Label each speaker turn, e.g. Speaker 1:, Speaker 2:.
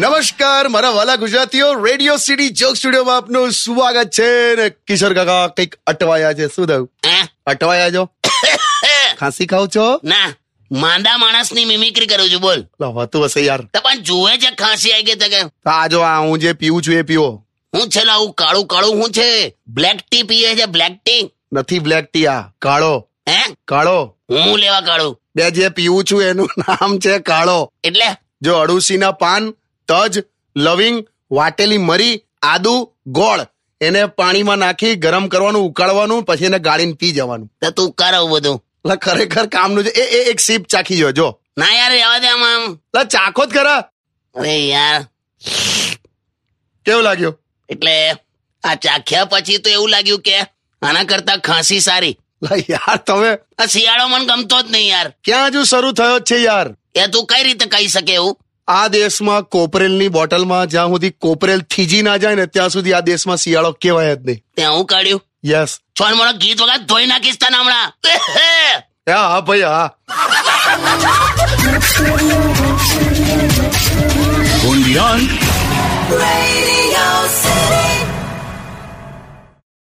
Speaker 1: નમસ્કાર મારા વાલા ગુજરાતીઓ રેડિયો સિટી જોક સ્ટુડિયોમાં આપનું સ્વાગત છે ને કિશોર કાકા કંઈક અટવાયા છે શું થયું
Speaker 2: હે?
Speaker 1: અટવાયા છો ખાંસી ખાવ છો
Speaker 2: ના માંદા માણસની મિમિક્રી કરું છું બોલ
Speaker 1: લા, હોતું હશે યાર
Speaker 2: તો પણ જુએ છે ખાંસી આવી ગઈ તો કે
Speaker 1: તો આ જો આ હું જે પીવું છું એ પીવો
Speaker 2: હું છે લાવું કાળું કાળું હું છે બ્લેક ટી પીએ છે બ્લેક ટી
Speaker 1: નથી બ્લેક ટી આ કાળો
Speaker 2: હે
Speaker 1: કાળો
Speaker 2: હું લેવા કાળું
Speaker 1: બે જે પીવું છું એનું નામ છે કાળો
Speaker 2: એટલે
Speaker 1: જો અડુસીના પાન તજ લવિંગ વાટેલી મરી આદુ ગોળ એને પાણીમાં નાખી ગરમ કરવાનું ઉકાળવાનું પછી એને ગાળીને પી જવાનું
Speaker 2: તો તું કરાવું બધું
Speaker 1: લા ખરેખર કામનું છે એ એ એક સીપ ચાખી જો જો
Speaker 2: ના યાર રહેવા દે આમ આમ.
Speaker 1: લા ચાખો જ ખરા
Speaker 2: અરે યાર
Speaker 1: કેવું લાગ્યું
Speaker 2: એટલે આ ચાખ્યા પછી તો એવું લાગ્યું કે આના કરતા ખાંસી સારી
Speaker 1: લા યાર તમે
Speaker 2: આ શિયાળો મને ગમતો જ નહીં યાર
Speaker 1: ક્યાં હજુ શરૂ થયો જ છે યાર
Speaker 2: એ તું કઈ રીતે કહી શકે એવું
Speaker 1: આ દેશમાં કોપરેલની બોટલમાં જ્યાં સુધી કોપરેલ થીજી ના જાય ને ત્યાં સુધી આ દેશમાં શિયાળો કહેવાય જ નહીં
Speaker 2: ત્યાં હું કાઢ્યું
Speaker 1: યસ
Speaker 2: છોન મોણો ગીત વગર ધોઈ નાખીશ તને હમણાં
Speaker 1: હા હા ભાઈ હા